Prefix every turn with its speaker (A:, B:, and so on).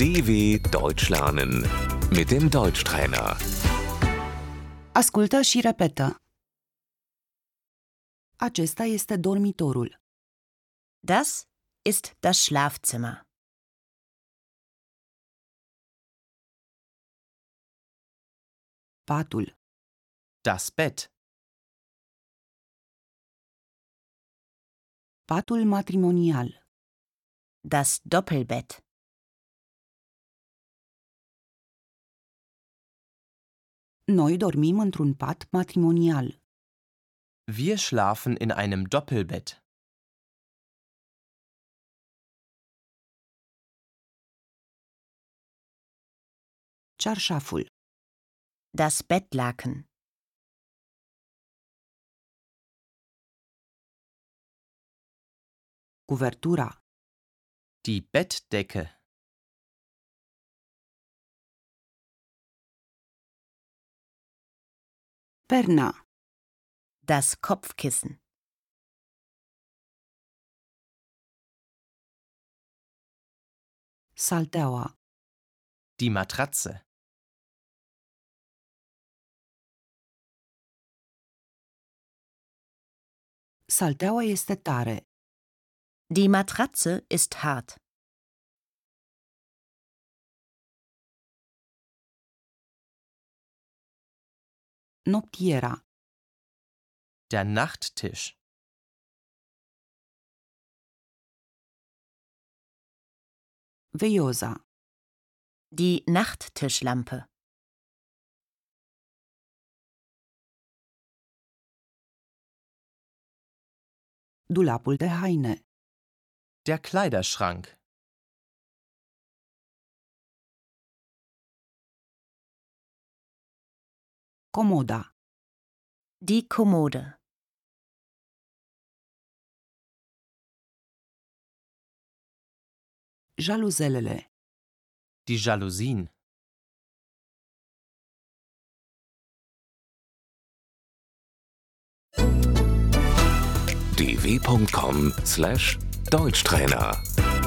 A: DW Deutsch lernen mit dem Deutschtrainer.
B: Ascultă și repetă. Acesta este dormitorul.
C: Das ist das Schlafzimmer.
B: Patul.
D: Das Bett.
B: Patul matrimonial.
C: Das Doppelbett.
B: Noi dormim într-un pat matrimonial.
D: Wir schlafen in einem Doppelbett.
B: Cearșaful.
C: Das Bettlaken.
B: Cuvertura.
D: Die Bettdecke.
B: Perna.
C: Das Kopfkissen.
B: Salteaua.
D: Die Matratze.
B: Salteaua este tare.
C: Die Matratze ist hart.
B: Noptiera.
D: Der Nachttisch.
B: Veioza.
C: Die Nachttischlampe.
B: Dulapul de haine.
D: Der Kleiderschrank.
B: Comoda.
C: Die Kommode.
B: Jaluzelele.
D: Die Jalousien.
A: dw.com/deutschtrainer